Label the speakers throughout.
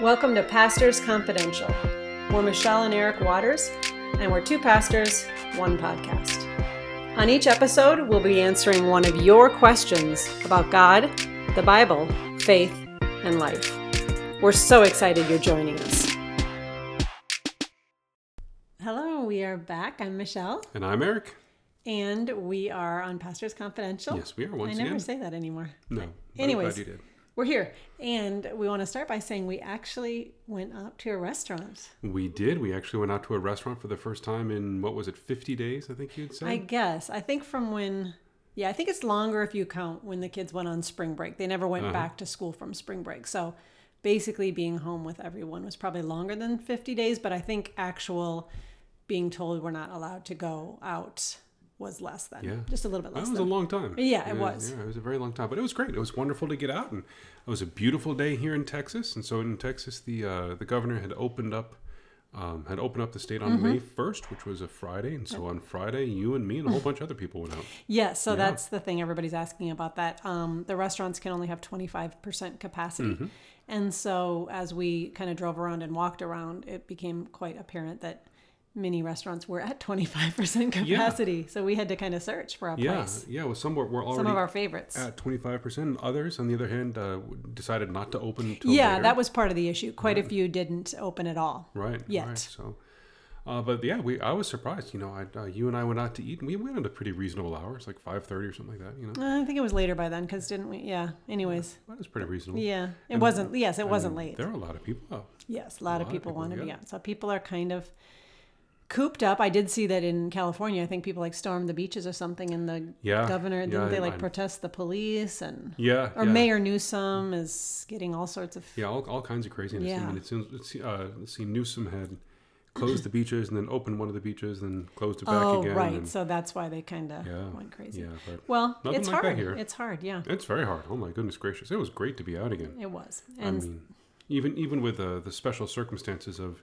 Speaker 1: Welcome to Pastors Confidential. We're Michelle and Eric Waters, and we're two pastors, one podcast. On each episode, we'll be answering one of your questions about God, the Bible, faith, and life. We're so excited you're joining us. Hello, we are back. I'm Michelle,
Speaker 2: And I'm Eric.
Speaker 1: and we are on Pastors Confidential.
Speaker 2: Yes, we are
Speaker 1: I
Speaker 2: once
Speaker 1: never
Speaker 2: again.
Speaker 1: say that anymore.
Speaker 2: no. but I'm
Speaker 1: Anyways.
Speaker 2: glad you did.
Speaker 1: We're here, and we want to start by saying we actually went out to a restaurant.
Speaker 2: We did. We actually went out to a restaurant for the first time in what was it, 50 days? I think you'd say.
Speaker 1: I guess. I think from when, yeah, I think it's longer if you count when the kids went on spring break. They never
Speaker 2: Uh-huh.
Speaker 1: went back to school from spring break. So basically, being home with everyone was probably longer than 50 days, but I think actual being told we're not allowed to go out was less than,
Speaker 2: Yeah.
Speaker 1: just a little bit
Speaker 2: that
Speaker 1: less
Speaker 2: was a
Speaker 1: than.
Speaker 2: long time.
Speaker 1: Yeah, it was.
Speaker 2: Yeah, it was a very long time, but it was great. It was wonderful to get out, and it was a beautiful day here in Texas. And so in Texas, the uh, the governor had opened up um, had opened up the state
Speaker 1: Mm-hmm.
Speaker 2: on May first, which was a Friday. And so on Friday, you and me and a whole bunch of other people went out.
Speaker 1: Yeah, so that's the thing everybody's asking about that. Um, the restaurants can only have 25% capacity.
Speaker 2: Mm-hmm.
Speaker 1: And so as we kind of drove around and walked around, it became quite apparent that many restaurants were at 25% capacity. So we had to kind of search for a
Speaker 2: Yeah,
Speaker 1: place.
Speaker 2: yeah. Well, some were, were already
Speaker 1: Some of our favorites.
Speaker 2: at twenty five percent. Others, on the other hand, uh, decided not to open. Till
Speaker 1: yeah,
Speaker 2: later.
Speaker 1: that was part of the issue. Quite a few didn't open at all.
Speaker 2: right
Speaker 1: yet.
Speaker 2: right, so uh, but yeah we i was surprised you know I, uh, you and i went out to eat and we went at a pretty reasonable hour it's like 5.30 or something like that you know
Speaker 1: Uh, I think it was later by then because didn't we? Yeah. Anyways,
Speaker 2: that was pretty reasonable
Speaker 1: yeah. It wasn't, yes, it wasn't late.
Speaker 2: there were a lot of people oh, out
Speaker 1: Yes, a lot, of
Speaker 2: lot of
Speaker 1: people
Speaker 2: people,
Speaker 1: want to be
Speaker 2: yeah.
Speaker 1: out. So people are kind of cooped up. I did see that in California. I think people like stormed the beaches or something, and the
Speaker 2: Yeah,
Speaker 1: governor
Speaker 2: Ah, yeah,
Speaker 1: didn't they
Speaker 2: I-
Speaker 1: like
Speaker 2: I-
Speaker 1: protest the police and
Speaker 2: yeah
Speaker 1: or
Speaker 2: yeah.
Speaker 1: Mayor Newsom is getting all sorts of
Speaker 2: yeah all, all kinds of craziness
Speaker 1: Yeah.
Speaker 2: i mean it seems it's, uh, it seemed newsom had closed the beaches and then opened one of the beaches and then closed it back
Speaker 1: oh
Speaker 2: again
Speaker 1: right.
Speaker 2: and-
Speaker 1: So that's why they kind of
Speaker 2: yeah
Speaker 1: went crazy.
Speaker 2: yeah but
Speaker 1: Well,
Speaker 2: Nothing
Speaker 1: it's
Speaker 2: like that
Speaker 1: hard.
Speaker 2: here.
Speaker 1: It's hard. Yeah,
Speaker 2: it's very hard oh my goodness gracious it was great to be out again
Speaker 1: it was.
Speaker 2: I
Speaker 1: And
Speaker 2: mean, even even with uh, the special circumstances of,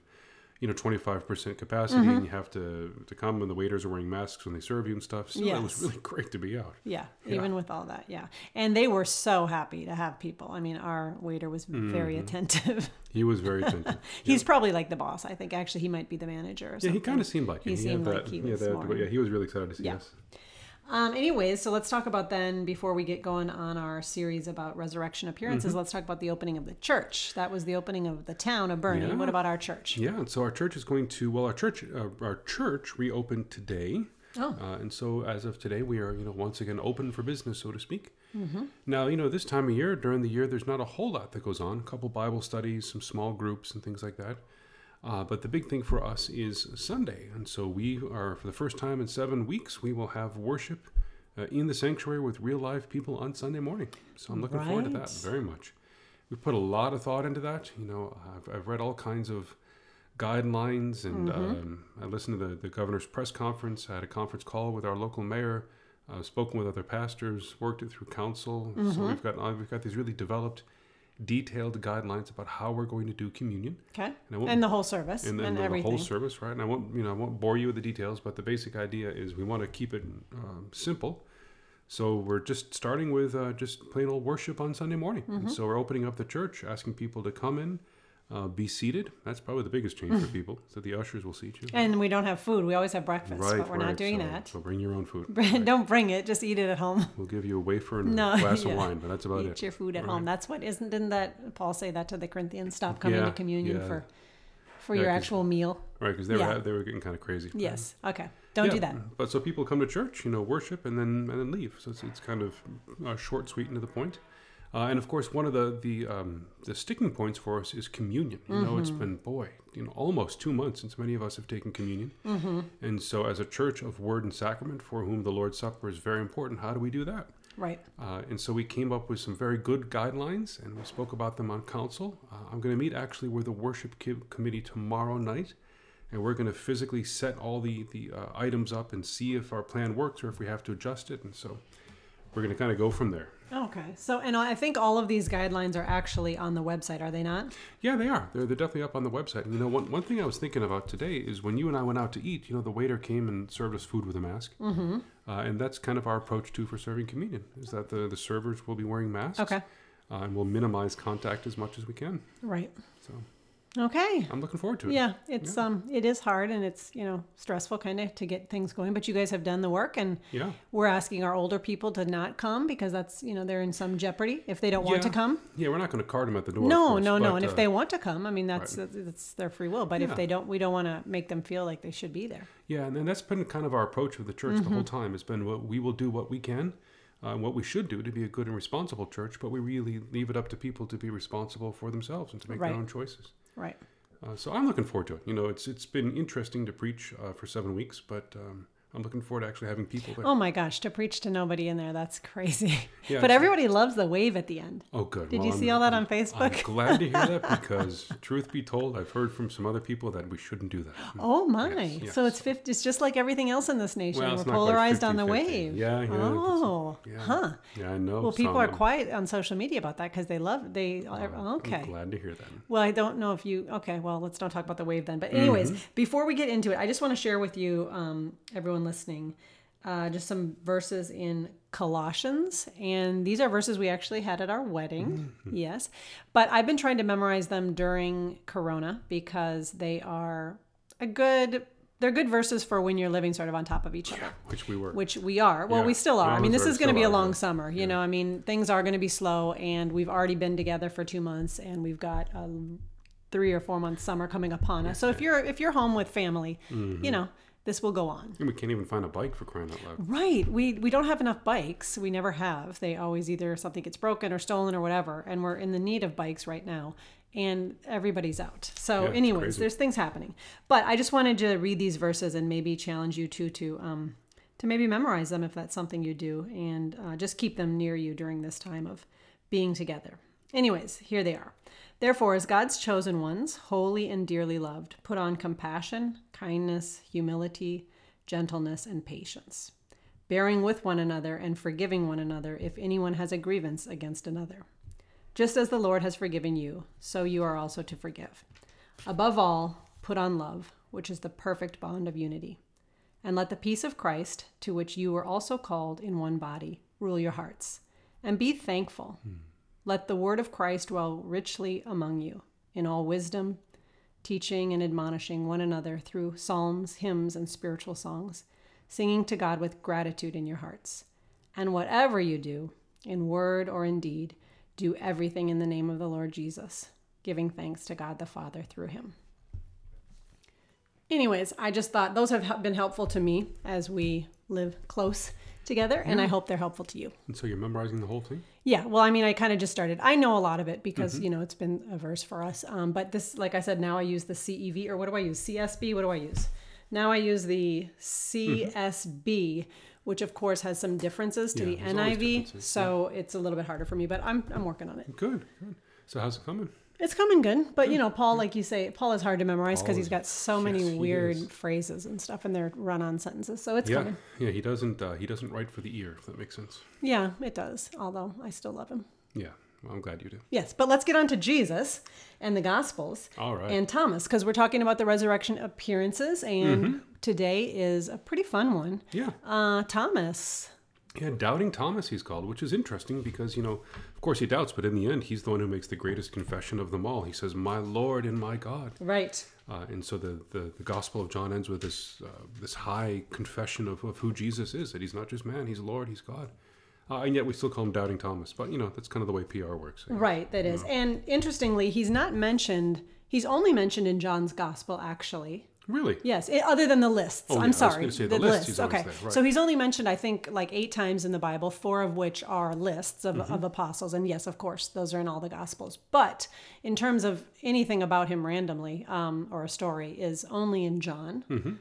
Speaker 2: you know, twenty five percent capacity,
Speaker 1: Mm-hmm.
Speaker 2: and you have to to come, and the waiters are wearing masks when they serve you and stuff. So it
Speaker 1: Yes.
Speaker 2: was really great to be out.
Speaker 1: Yeah,
Speaker 2: Yeah.
Speaker 1: even with all that, yeah. And they were so happy to have people. I mean, our waiter was very
Speaker 2: Mm-hmm.
Speaker 1: attentive.
Speaker 2: He was very attentive.
Speaker 1: He's probably like the boss. I think actually he might be the manager or
Speaker 2: yeah,
Speaker 1: something.
Speaker 2: he kind of seemed like
Speaker 1: He
Speaker 2: it. had
Speaker 1: seemed like he
Speaker 2: yeah,
Speaker 1: was more-
Speaker 2: yeah, he was really excited to see
Speaker 1: Yeah.
Speaker 2: us.
Speaker 1: Um, anyways, so let's talk about then before we get going on our series about resurrection appearances.
Speaker 2: Mm-hmm.
Speaker 1: Let's talk about the opening of the church. That was the opening of the town of Bernie.
Speaker 2: Yeah.
Speaker 1: What about our church?
Speaker 2: Yeah, and so our church is going to well, our church uh, our church reopened today.
Speaker 1: Oh.
Speaker 2: Uh, and so as of today, we are you know once again open for business, so to speak.
Speaker 1: Mm-hmm.
Speaker 2: Now you know this time of year during the year, there's not a whole lot that goes on. A couple Bible studies, some small groups, and things like that. Uh, but the big thing for us is Sunday, and so we are for the first time in seven weeks we will have worship uh, in the sanctuary with real live people on Sunday morning. So I'm looking forward to
Speaker 1: Right.
Speaker 2: that very much. We put a lot of thought into that. You know, I've, I've read all kinds of guidelines, and um, I listened to the, the governor's press conference. I had a conference call with our local mayor. I've spoken with other pastors, worked it through council. So we've got uh, we've got these really developed, detailed guidelines about how we're going to do communion
Speaker 1: Okay.
Speaker 2: And I won't-
Speaker 1: And the whole service and,
Speaker 2: and then the
Speaker 1: everything.
Speaker 2: whole service, right? And I won't, you know, I won't bore you with the details, but the basic idea is we want to keep it um, simple. So we're just starting with uh, just plain old worship on Sunday morning.
Speaker 1: Mm-hmm.
Speaker 2: And so we're opening up the church, asking people to come in, uh, be seated. That's probably the biggest change for people. So the ushers will seat you.
Speaker 1: Mm. and we don't have food. We always have breakfast, but we're not doing
Speaker 2: so,
Speaker 1: that.
Speaker 2: So bring your own food.
Speaker 1: don't bring it. Just eat it at home.
Speaker 2: We'll give you a wafer and
Speaker 1: No,
Speaker 2: a glass
Speaker 1: yeah.
Speaker 2: of wine, but that's about
Speaker 1: eat
Speaker 2: it.
Speaker 1: your food at
Speaker 2: Right.
Speaker 1: home. That's what isn't didn't that Paul say that to the Corinthians? Stop coming to
Speaker 2: Yeah,
Speaker 1: communion
Speaker 2: yeah.
Speaker 1: for for
Speaker 2: Yeah,
Speaker 1: your
Speaker 2: 'cause-
Speaker 1: actual meal.
Speaker 2: Right, because they,
Speaker 1: Yeah.
Speaker 2: were they were getting kind of crazy.
Speaker 1: Yes. Okay. Don't do
Speaker 2: Yeah,
Speaker 1: that.
Speaker 2: But so people come to church, you know, worship, and then and then leave. So it's, it's kind of uh, short, sweet, and to the point. Uh, and of course, one of the the um, the sticking points for us is communion. You know,
Speaker 1: Mm-hmm.
Speaker 2: it's been boy, you know, almost two months since many of us have taken communion.
Speaker 1: Mm-hmm.
Speaker 2: And so, as a church of word and sacrament, for whom the Lord's Supper is very important, how do we do that?
Speaker 1: Right.
Speaker 2: Uh, and so we came up with some very good guidelines, and we spoke about them on council. Uh, I'm going to meet actually with the worship ki- committee tomorrow night, and we're going to physically set all the the uh, items up and see if our plan works or if we have to adjust it. And so we're going to kind of go from there.
Speaker 1: Okay. So and I think all of these guidelines are actually on the website, are they not?
Speaker 2: Yeah, they are. They're, they're definitely up on the website. And you know, one, one thing I was thinking about today is when you and I went out to eat, you know, the waiter came and served us food with a mask. Mm-hmm. Uh, and that's kind of our approach too for serving communion is that the, the servers will be wearing masks.
Speaker 1: Okay.
Speaker 2: uh, and we'll minimize contact as much as we can.
Speaker 1: Right.
Speaker 2: So
Speaker 1: Okay.
Speaker 2: I'm looking forward to it.
Speaker 1: Yeah, it's um it is hard and it's, you know, stressful kind of to get things going, but you guys have done the work and
Speaker 2: Yeah.
Speaker 1: we're asking our older people to not come because that's, you know, they're in some jeopardy if they don't want to
Speaker 2: Yeah.
Speaker 1: come.
Speaker 2: Yeah, we're not going to card them at the door. of
Speaker 1: no,
Speaker 2: course,
Speaker 1: no, no.
Speaker 2: but,
Speaker 1: and
Speaker 2: uh,
Speaker 1: if they want to come, I mean, that's that's their free will. But
Speaker 2: Yeah.
Speaker 1: if they don't, we don't want to make them feel like they should be there.
Speaker 2: Yeah, and, and that's been kind of our approach with the church the whole
Speaker 1: Mm-hmm.
Speaker 2: time. It's been what we will do what we can, uh, and what we should do to be a good and responsible church, but we really leave it up to people to be responsible for themselves and to make
Speaker 1: Right.
Speaker 2: their own choices.
Speaker 1: Right.
Speaker 2: Uh, so I'm looking forward to it. You know, it's it's been interesting to preach uh, for seven weeks, but um, I'm looking forward to actually having people there.
Speaker 1: Oh my gosh, to preach to nobody in there, that's crazy.
Speaker 2: Yeah,
Speaker 1: but
Speaker 2: it's-
Speaker 1: everybody loves the wave at the end.
Speaker 2: Oh, good.
Speaker 1: Did
Speaker 2: Well,
Speaker 1: you
Speaker 2: I'm-
Speaker 1: see all that on
Speaker 2: I'm
Speaker 1: Facebook?
Speaker 2: glad to hear that because, truth be told, I've heard from some other people that we shouldn't do that.
Speaker 1: Oh my.
Speaker 2: Yes,
Speaker 1: So
Speaker 2: yes.
Speaker 1: it's 50, it's just like everything else in this nation.
Speaker 2: Well,
Speaker 1: We're
Speaker 2: it's not quite
Speaker 1: polarized on the
Speaker 2: 50-50.
Speaker 1: wave.
Speaker 2: Yeah, yeah, that's-
Speaker 1: Oh,
Speaker 2: Yeah.
Speaker 1: huh.
Speaker 2: Yeah, I know.
Speaker 1: Well, people
Speaker 2: some.
Speaker 1: are
Speaker 2: I'm-
Speaker 1: quiet on social media about that because they love they. okay.
Speaker 2: I'm glad to hear that.
Speaker 1: Well, I don't know if you. Okay, well, let's not talk about the wave then. But, anyways, before we get into it, I just want to share with you, um, everyone listening, uh, just some verses in Colossians. And these are verses we actually had at our wedding. Yes. But I've been trying to memorize them during Corona because they are a good. They're good verses for when you're living sort of on top of each other
Speaker 2: Which we were.
Speaker 1: which we are. Well,
Speaker 2: Yeah.
Speaker 1: we still are. I
Speaker 2: Yeah,
Speaker 1: mean,
Speaker 2: those
Speaker 1: this
Speaker 2: are
Speaker 1: is going to be a
Speaker 2: still are,
Speaker 1: long
Speaker 2: yeah.
Speaker 1: summer. You know, I mean, things are going to be slow, and we've already been together for two months, and we've got a three or four month summer coming upon us. So if you're if you're home with family,
Speaker 2: Mm-hmm.
Speaker 1: you know, this will go on.
Speaker 2: and we can't even find a bike for crying out loud.
Speaker 1: Right. We we don't have enough bikes. We never have. They always either something gets broken or stolen or whatever, and we're in the need of bikes right now. And everybody's out. So,
Speaker 2: it's
Speaker 1: anyways,
Speaker 2: crazy.
Speaker 1: there's things happening. But I just wanted to read these verses and maybe challenge you too to um to maybe memorize them if that's something you do, and uh, just keep them near you during this time of being together. Anyways, here they are. Therefore, as God's chosen ones, holy and dearly loved, put on compassion, kindness, humility, gentleness, and patience, bearing with one another and forgiving one another if anyone has a grievance against another. Just as the Lord has forgiven you, so you are also to forgive. Above all, put on love, which is the perfect bond of unity. And let the peace of Christ, to which you were also called in one body, rule your hearts. And be thankful. Let the word of Christ dwell richly among you, in all wisdom, teaching and admonishing one another through psalms, hymns, and spiritual songs, singing to God with gratitude in your hearts. And whatever you do, in word or in deed, do everything in the name of the Lord Jesus, giving thanks to God the Father through him. Anyways, I just thought those have hel- been helpful to me as we live close together, and I hope they're helpful to you.
Speaker 2: And so you're memorizing the whole thing?
Speaker 1: Yeah, well, I mean, I kind of just started. I know a lot of it because
Speaker 2: Mm-hmm.
Speaker 1: you know it's been a verse for us. Um, but this, like I said, now I use the CEV or what do I use? CSB. What do I use? Now I use
Speaker 2: Mm-hmm.
Speaker 1: the CSB, which of course has some differences to
Speaker 2: Yeah,
Speaker 1: the
Speaker 2: there's always
Speaker 1: NIV,
Speaker 2: differences,
Speaker 1: so it's a little bit harder for me. But I'm I'm working on it.
Speaker 2: Good. good. So how's it coming?
Speaker 1: It's coming good, but you know, Paul, like you say, Paul is hard to memorize
Speaker 2: Paul
Speaker 1: because he's
Speaker 2: is-
Speaker 1: got so
Speaker 2: yes,
Speaker 1: many
Speaker 2: he
Speaker 1: weird
Speaker 2: is.
Speaker 1: phrases and stuff, and they're run-on sentences. So it's
Speaker 2: yeah.
Speaker 1: coming.
Speaker 2: Yeah, he doesn't uh, he doesn't write for the ear, if that makes sense.
Speaker 1: Yeah, it does. Although I still love him.
Speaker 2: Yeah. Well, I'm glad you do.
Speaker 1: Yes, but let's get on to Jesus and the Gospels.
Speaker 2: All right.
Speaker 1: and Thomas because we're talking about the resurrection appearances, and today is a pretty fun one.
Speaker 2: yeah.
Speaker 1: Uh, Thomas,
Speaker 2: Yeah, doubting Thomas he's called, which is interesting because, you know, of course he doubts, but in the end he's the one who makes the greatest confession of them all. He says, "My Lord and my God."
Speaker 1: right?
Speaker 2: Uh, and so the, the, the Gospel of John ends with this uh, this high confession of, of who Jesus is that he's not just man, he's Lord, he's God. Uh, and yet we still call him Doubting Thomas. But, you know, that's kind of the way PR works. I guess.
Speaker 1: Right, that is. And interestingly, he's not mentioned. He's only mentioned in John's Gospel, actually.
Speaker 2: Really?
Speaker 1: Yes, i other than the lists.
Speaker 2: Oh, yeah, I
Speaker 1: I'm
Speaker 2: was
Speaker 1: sorry.
Speaker 2: gonna say the lists, he's always
Speaker 1: okay.
Speaker 2: there, right.
Speaker 1: So he's only mentioned, I think, like eight times in the Bible, four of which are lists of,
Speaker 2: Mm-hmm.
Speaker 1: of apostles. And yes, of course, those are in all the Gospels. But in terms of anything about him randomly um, or a story, is only in John.
Speaker 2: Mm-hmm.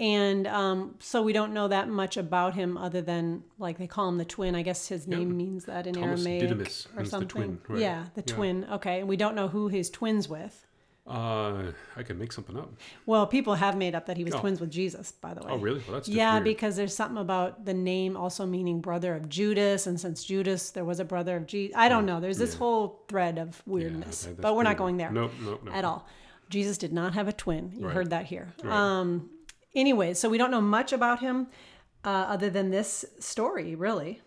Speaker 1: And um, so we don't know that much about him other than, like, they call him the twin. I guess his name means that in
Speaker 2: Thomas
Speaker 1: Aramaic
Speaker 2: Didymus
Speaker 1: or
Speaker 2: means the
Speaker 1: something.
Speaker 2: twin, right.
Speaker 1: Yeah, the
Speaker 2: Yeah.
Speaker 1: twin. Okay. And we don't know who his twins with.
Speaker 2: Uh, I can make something up.
Speaker 1: Well, people have made up that he was
Speaker 2: Oh.
Speaker 1: twins with Jesus, by the way.
Speaker 2: Oh, really? Well, that's just
Speaker 1: Yeah,
Speaker 2: weird.
Speaker 1: because there's something about the name also meaning brother of Judas, and since Judas, there was a brother of Jesus. I don't know. There's this whole thread of
Speaker 2: Mm, Yeah,
Speaker 1: weirdness,
Speaker 2: okay, that's
Speaker 1: but we're not
Speaker 2: pretty
Speaker 1: going
Speaker 2: weird.
Speaker 1: there
Speaker 2: Nope, nope, nope.
Speaker 1: at all. Jesus did not have a twin. You
Speaker 2: Right.
Speaker 1: heard that here.
Speaker 2: Right.
Speaker 1: Um, anyway, so we don't know much about him uh, other than this story, really.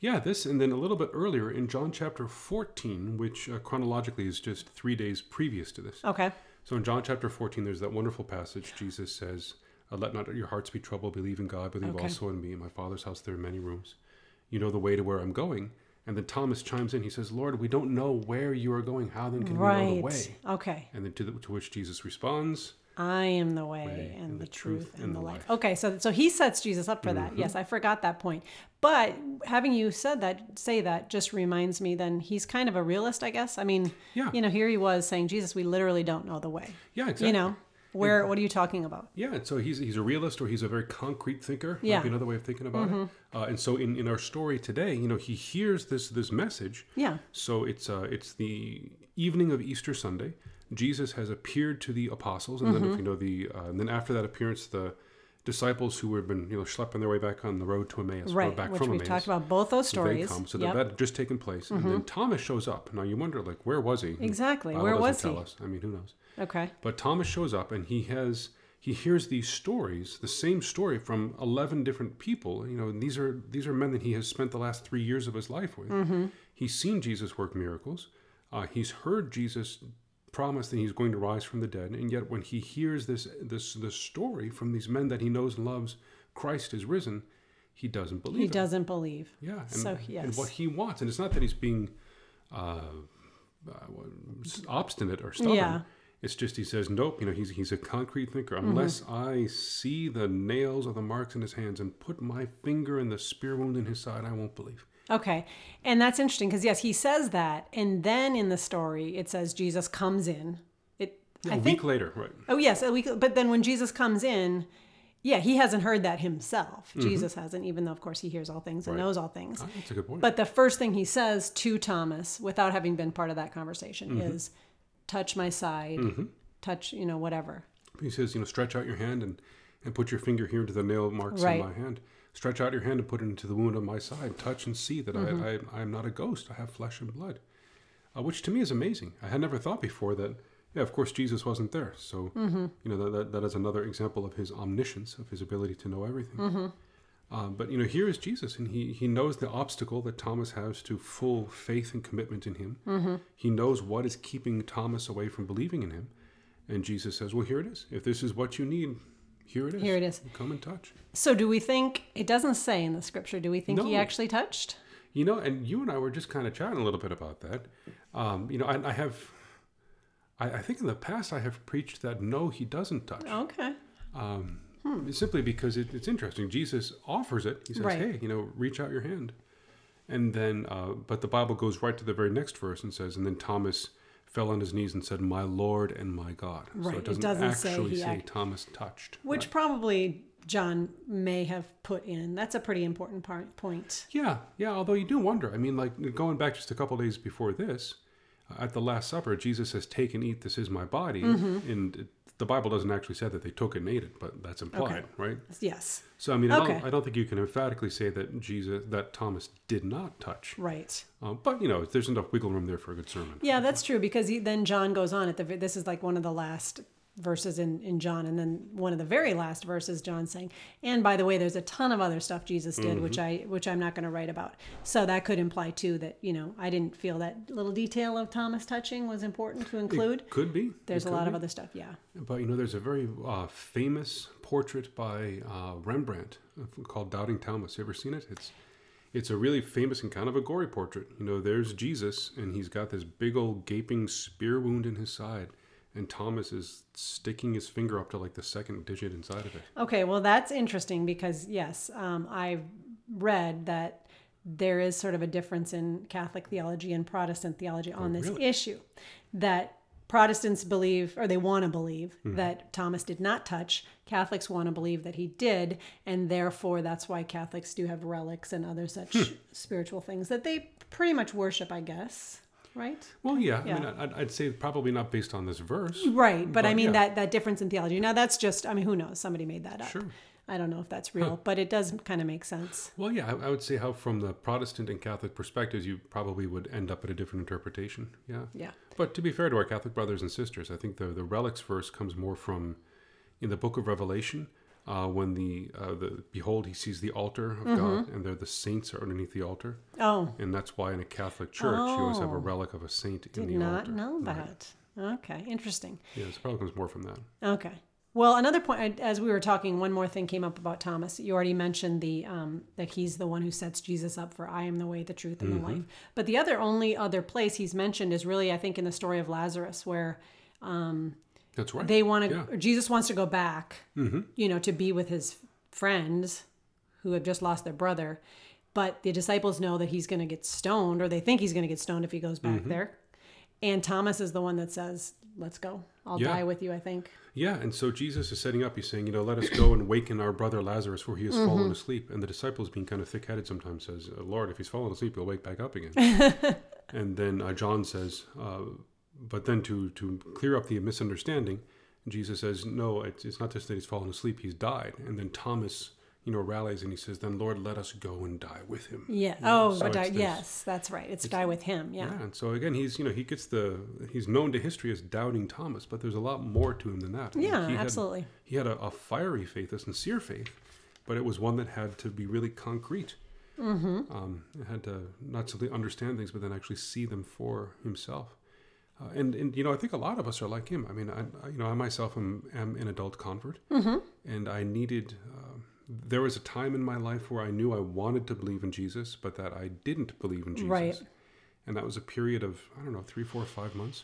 Speaker 2: Yeah, this, and then a little bit earlier in John chapter 14, which uh, chronologically is just three days previous to this.
Speaker 1: Okay.
Speaker 2: So in John chapter 14, there's that wonderful passage. Jesus says, uh, Let not your hearts be troubled. Believe in God. Believe
Speaker 1: Okay.
Speaker 2: also in me. In my Father's house, there are many rooms. You know the way to where I'm going. And then Thomas chimes in. He says, Lord, we don't know where you are going. How then can we know the
Speaker 1: Right.
Speaker 2: way?
Speaker 1: Okay.
Speaker 2: And then to, the, to which Jesus responds,
Speaker 1: I am the way, and, the, truth and, the life. Mm-hmm.
Speaker 2: life.
Speaker 1: Okay, so so he sets Jesus up for that. Yes, I forgot that point. But having you said that, say that just reminds me. Then he's kind of a realist, I guess. I mean,
Speaker 2: Yeah.
Speaker 1: you know, here he was saying, Jesus, we literally don't know the way.
Speaker 2: Yeah, exactly.
Speaker 1: You know, where? What are you talking about?
Speaker 2: Yeah, and so he's he's a realist or he's a very concrete thinker. Might
Speaker 1: Yeah. Mm-hmm.
Speaker 2: be another way of thinking about it. Uh, and so in, in our story today, you know, he hears this this message.
Speaker 1: Yeah.
Speaker 2: So it's uh, it's the evening of Easter Sunday. Jesus has appeared to the apostles, and
Speaker 1: Mm-hmm.
Speaker 2: then if you know the uh, and then after that appearance, the disciples who had been you know schlepping their way back on the road to Emmaus, or
Speaker 1: Right,
Speaker 2: back
Speaker 1: which
Speaker 2: from
Speaker 1: we've talked
Speaker 2: Emmaus,
Speaker 1: about both those
Speaker 2: they
Speaker 1: stories.
Speaker 2: come. So
Speaker 1: Yep. Mm-hmm.
Speaker 2: that that had just taken place, and then Thomas shows up. Now you wonder like where was he?
Speaker 1: Exactly,
Speaker 2: Bible
Speaker 1: where
Speaker 2: doesn't
Speaker 1: was
Speaker 2: tell
Speaker 1: he?
Speaker 2: Us. I mean, who knows?
Speaker 1: Okay.
Speaker 2: But Thomas shows up and he has he hears these stories, the same story from eleven different people. You know, and these are these are men that he has spent the last three years of his life with. He's seen Jesus work miracles. Uh, he's heard Jesus promise that he's going to rise from the dead, and yet when he hears this this this story from these men that he knows and loves, Christ is risen, he doesn't believe
Speaker 1: He
Speaker 2: it.
Speaker 1: doesn't believe.
Speaker 2: Yeah, and,
Speaker 1: So,
Speaker 2: and
Speaker 1: yes.
Speaker 2: what he wants, and it's not that he's being uh, uh, s- obstinate or stubborn.
Speaker 1: Yeah. Mm-hmm.
Speaker 2: It's just he says nope. You know, he's he's a concrete thinker. Unless I see the nails or the marks in his hands and put my finger in the spear wound in his side, I won't believe.
Speaker 1: Okay. And that's interesting because yes, he says that, and then in the story it says Jesus comes in. It.
Speaker 2: A
Speaker 1: I
Speaker 2: week
Speaker 1: think
Speaker 2: later, right?
Speaker 1: Oh yes, a week. But then when Jesus comes in, yeah, he hasn't heard that himself. Jesus hasn't, even though of course he hears all things and
Speaker 2: Mm-hmm. Right.
Speaker 1: knows all things.
Speaker 2: Ah, that's a good point.
Speaker 1: But the first thing he says to Thomas, without having been part of that conversation,
Speaker 2: Mm-hmm.
Speaker 1: is, "Touch my side, touch you know whatever."
Speaker 2: he says, you know, stretch out your hand and and put your finger here into the nail marks
Speaker 1: Right.
Speaker 2: in my hand. Stretch out your hand and put it into the wound on my side. Touch and see that I, I I am not a ghost. I have flesh and blood. uh, which to me is amazing. I had never thought before that. Yeah, of course, Jesus wasn't there, so you know that, that that is another example of his omniscience, of his ability to know everything. Um, but you know, here is Jesus, and he he knows the obstacle that Thomas has to full faith and commitment in him.
Speaker 1: Mm-hmm.
Speaker 2: He knows what is keeping Thomas away from believing in him, and Jesus says, "Well, here it is. If this is what you need." Here it is.
Speaker 1: Here it is.
Speaker 2: Come and touch.
Speaker 1: So do we think it doesn't say in the scripture? Do we think he
Speaker 2: No.
Speaker 1: actually touched?
Speaker 2: You know, and you and I were just kind of chatting a little bit about that. Um, you know, I, I have, I, I think in the past I have preached that no, he doesn't touch.
Speaker 1: Okay.
Speaker 2: Um, Simply because it, it's interesting. Jesus offers it. He says,
Speaker 1: Hmm. Right.
Speaker 2: hey, you know, reach out your hand. And then, uh, but the Bible goes right to the very next verse and says, and then Thomas fell on his knees and said, my Lord and my God.
Speaker 1: Right, it
Speaker 2: So it doesn't,
Speaker 1: doesn't say
Speaker 2: actually
Speaker 1: he
Speaker 2: say
Speaker 1: act-
Speaker 2: Thomas touched.
Speaker 1: Which probably John may have put in. That's a pretty important part, point.
Speaker 2: Yeah, yeah. Although you do wonder. I mean, like going back just a couple days before this, uh, at the Last Supper, Jesus says, "Take and eat. This is my body."
Speaker 1: Mm-hmm.
Speaker 2: And it, the Bible doesn't actually say that they took and ate it, but that's implied, right?
Speaker 1: Yes.
Speaker 2: So I mean, I,
Speaker 1: Okay.
Speaker 2: don't, I don't think you can emphatically say that Jesus, that Thomas did not touch.
Speaker 1: Right.
Speaker 2: Uh, but you know, there's enough wiggle room there for a good sermon.
Speaker 1: Yeah, that's true because he, then John goes on at the. ve- This is like one of the last verses in in John, and then one of the very last verses John saying. And by the way, there's a ton of other stuff Jesus did, which
Speaker 2: Mm-hmm.
Speaker 1: I which I'm not going to write about. So that could imply too that you know I didn't feel that little detail of Thomas touching was important to include.
Speaker 2: It could be.
Speaker 1: there's
Speaker 2: It
Speaker 1: a
Speaker 2: could
Speaker 1: lot of
Speaker 2: be.
Speaker 1: other stuff. Yeah.
Speaker 2: But you know, there's a very uh, famous portrait by uh, Rembrandt called Doubting Thomas. You ever seen it? It's it's a really famous and kind of a gory portrait. You know, there's Jesus, and he's got this big old gaping spear wound in his side, and Thomas is sticking his finger up to like the second digit inside of it.
Speaker 1: Okay, well, that's interesting because, yes, um, I've read that there is sort of a difference in Catholic theology and Protestant theology on this
Speaker 2: Oh, really?
Speaker 1: issue. That Protestants believe, or they want to believe,
Speaker 2: Hmm.
Speaker 1: that Thomas did not touch. Catholics want to believe that he did, and therefore that's why Catholics do have relics and other such
Speaker 2: Hmm.
Speaker 1: spiritual things that they pretty much worship, I guess, right?
Speaker 2: Well, yeah, I
Speaker 1: Yeah.
Speaker 2: mean, I'd, I'd say probably not based on this verse.
Speaker 1: Right, but, I
Speaker 2: But,
Speaker 1: mean
Speaker 2: yeah.
Speaker 1: that that difference in theology. Now that's just I mean who knows somebody made that up.
Speaker 2: Sure.
Speaker 1: I don't know if that's real, but it does kind of make sense.
Speaker 2: Well, yeah, I, I would say how from the Protestant and Catholic perspectives, you probably would end up at a different interpretation. Yeah.
Speaker 1: Yeah.
Speaker 2: But to be fair to our Catholic brothers and sisters, I think the, the relics verse comes more from in the book of Revelation. uh, when the uh, the behold he sees the altar
Speaker 1: Mm-hmm.
Speaker 2: of God and they're the saints are underneath the altar
Speaker 1: Oh,
Speaker 2: and that's why in a Catholic church you always have a
Speaker 1: Oh.
Speaker 2: relic of a saint in
Speaker 1: did
Speaker 2: the
Speaker 1: not
Speaker 2: altar.
Speaker 1: know
Speaker 2: Right.
Speaker 1: that. Okay, interesting.
Speaker 2: Yeah, it probably comes more from that.
Speaker 1: Okay. Well, another point, I, as we were talking, one more thing came up about Thomas. You already mentioned the um, that he's the one who sets Jesus up for "I am the way, the truth, and the life." But the other only other place he's mentioned is really, I think, in the story of Lazarus, where
Speaker 2: That's right.
Speaker 1: they want to
Speaker 2: Yeah. Mm-hmm.
Speaker 1: jesus wants to go back you know to be with his friends who have just lost their brother but the disciples know that he's going to get stoned or they think he's going to get stoned if he goes back
Speaker 2: Mm-hmm.
Speaker 1: there and thomas is the one that says let's go i'll
Speaker 2: Yeah.
Speaker 1: die with you i think
Speaker 2: Yeah, and so Jesus is setting up. He's saying, you know, let us go and waken our brother Lazarus, for he has
Speaker 1: Mm-hmm.
Speaker 2: fallen asleep. And the disciples, being kind of thick-headed, sometimes says, uh, "Lord, if he's fallen asleep, he'll wake back up again." and then uh, John says, uh, but then to to clear up the misunderstanding, Jesus says, "No, it's, it's not just that he's fallen asleep; he's died." And then Thomas, you know, rallies and he says, "Then Lord, let us go and die with him."
Speaker 1: yeah oh
Speaker 2: so
Speaker 1: but die,
Speaker 2: it's this-
Speaker 1: yes that's right it's, die with him yeah.
Speaker 2: Yeah, and so again, he's you know he gets the he's known to history as doubting Thomas, but there's a lot more to him than that. I mean,
Speaker 1: Yeah,
Speaker 2: he had-
Speaker 1: absolutely.
Speaker 2: he had a, a fiery faith, a sincere faith, but it was one that had to be really concrete. Mm-hmm. Um, it had to not simply understand things, but then actually see them for himself. Uh, and and you know, I think a lot of us are like him. I mean, I, I you know, I myself am am an adult convert, and I needed. Um, there was a time in my life where I knew I wanted to believe in Jesus, but that I didn't believe in Jesus
Speaker 1: Right.
Speaker 2: and that was a period of I don't know three, four, five months.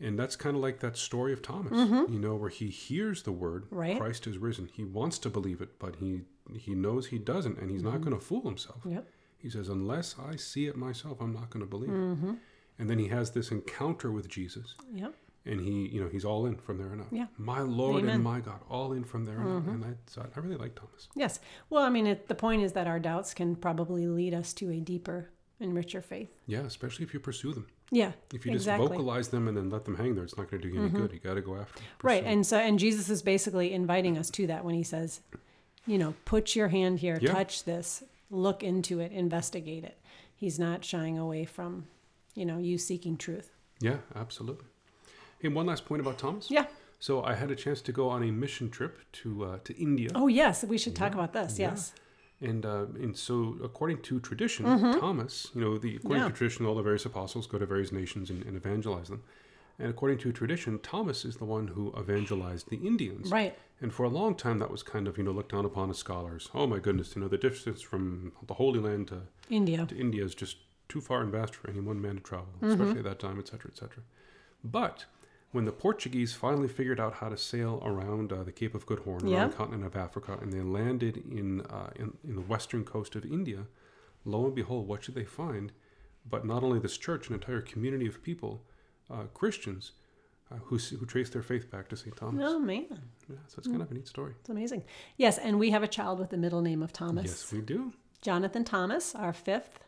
Speaker 2: And that's kind of like that story of Thomas, you know, where he hears the word
Speaker 1: Mm-hmm. Right.
Speaker 2: Christ is risen. He wants to believe it, but he he knows he doesn't, and he's not going to fool himself.
Speaker 1: Mm-hmm. Yep.
Speaker 2: He says, "Unless I see it myself, I'm not going to believe."
Speaker 1: Mm-hmm.
Speaker 2: it. And then he has this encounter with Jesus,
Speaker 1: Yep.
Speaker 2: and he, you know, he's all in from there on out.
Speaker 1: Yeah.
Speaker 2: My Lord
Speaker 1: Amen. Mm-hmm.
Speaker 2: and my God, all in from there on out. And I, so I really like Thomas.
Speaker 1: Yes. Well, I mean, it, the point is that our doubts can probably lead us to a deeper and richer faith.
Speaker 2: Yeah, especially if you pursue them.
Speaker 1: Yeah.
Speaker 2: If you
Speaker 1: exactly. Mm-hmm.
Speaker 2: just vocalize them and then let them hang there, it's not going to do you any good. You got to go after. 'em.
Speaker 1: Right. And so, and Jesus is basically inviting us to that when he says, you know, put your hand here,
Speaker 2: Yeah.
Speaker 1: touch this, look into it, investigate it. He's not shying away from, you know, you seeking truth.
Speaker 2: Yeah, absolutely. Hey, one last point about Thomas.
Speaker 1: Yeah.
Speaker 2: So I had a chance to go on a mission trip to uh, to India,
Speaker 1: Oh, yes. We should talk about this. Yes.
Speaker 2: and uh, and so according to tradition, Thomas, you know, the according
Speaker 1: Mm-hmm. Yeah.
Speaker 2: to tradition, all the various apostles go to various nations and, and evangelize them, and according to tradition, Thomas is the one who evangelized the Indians.
Speaker 1: Right.
Speaker 2: And for a long time, that was kind of you know looked down upon as scholars. Oh my goodness, you know, the distance from the Holy Land to
Speaker 1: India.
Speaker 2: to India is just too far and vast for any one man to travel, especially at that time, etc., etc. But when the Portuguese finally figured out how to sail around uh, the Cape of Good Horn,
Speaker 1: Yeah.
Speaker 2: around the continent of Africa, and they landed in, uh, in in the western coast of India, lo and behold, what should they find? But not only this church, an entire community of people, uh, Christians, uh, who s- who trace their faith back to Saint Thomas.
Speaker 1: Oh, man.
Speaker 2: Yeah, so it's kind of a neat story.
Speaker 1: It's amazing. Yes. And we have a child with the middle name of Thomas.
Speaker 2: Yes, we do.
Speaker 1: Jonathan Thomas, our fifth.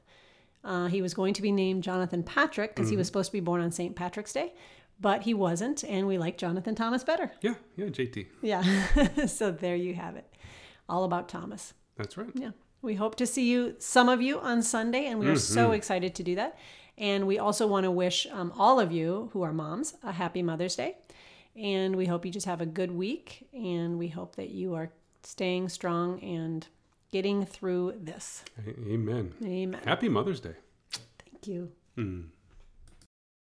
Speaker 1: Uh, he was going to be named Jonathan Patrick because he
Speaker 2: Mm-hmm.
Speaker 1: was supposed to be born on St. Patrick's Day, but he wasn't, and we like Jonathan Thomas better.
Speaker 2: Yeah, yeah, JT.
Speaker 1: Yeah. so there you have it. All about Thomas.
Speaker 2: That's right.
Speaker 1: Yeah. We hope to see you, some of you, on Sunday, and we are so excited to do that. And we also want to wish um, all of you who are moms a happy Mother's Day. And we hope you just have a good week, and we hope that you are staying strong and getting through this.
Speaker 2: A- Amen.
Speaker 1: Amen.
Speaker 2: Happy Mother's Day.
Speaker 1: Thank you.
Speaker 2: Mm.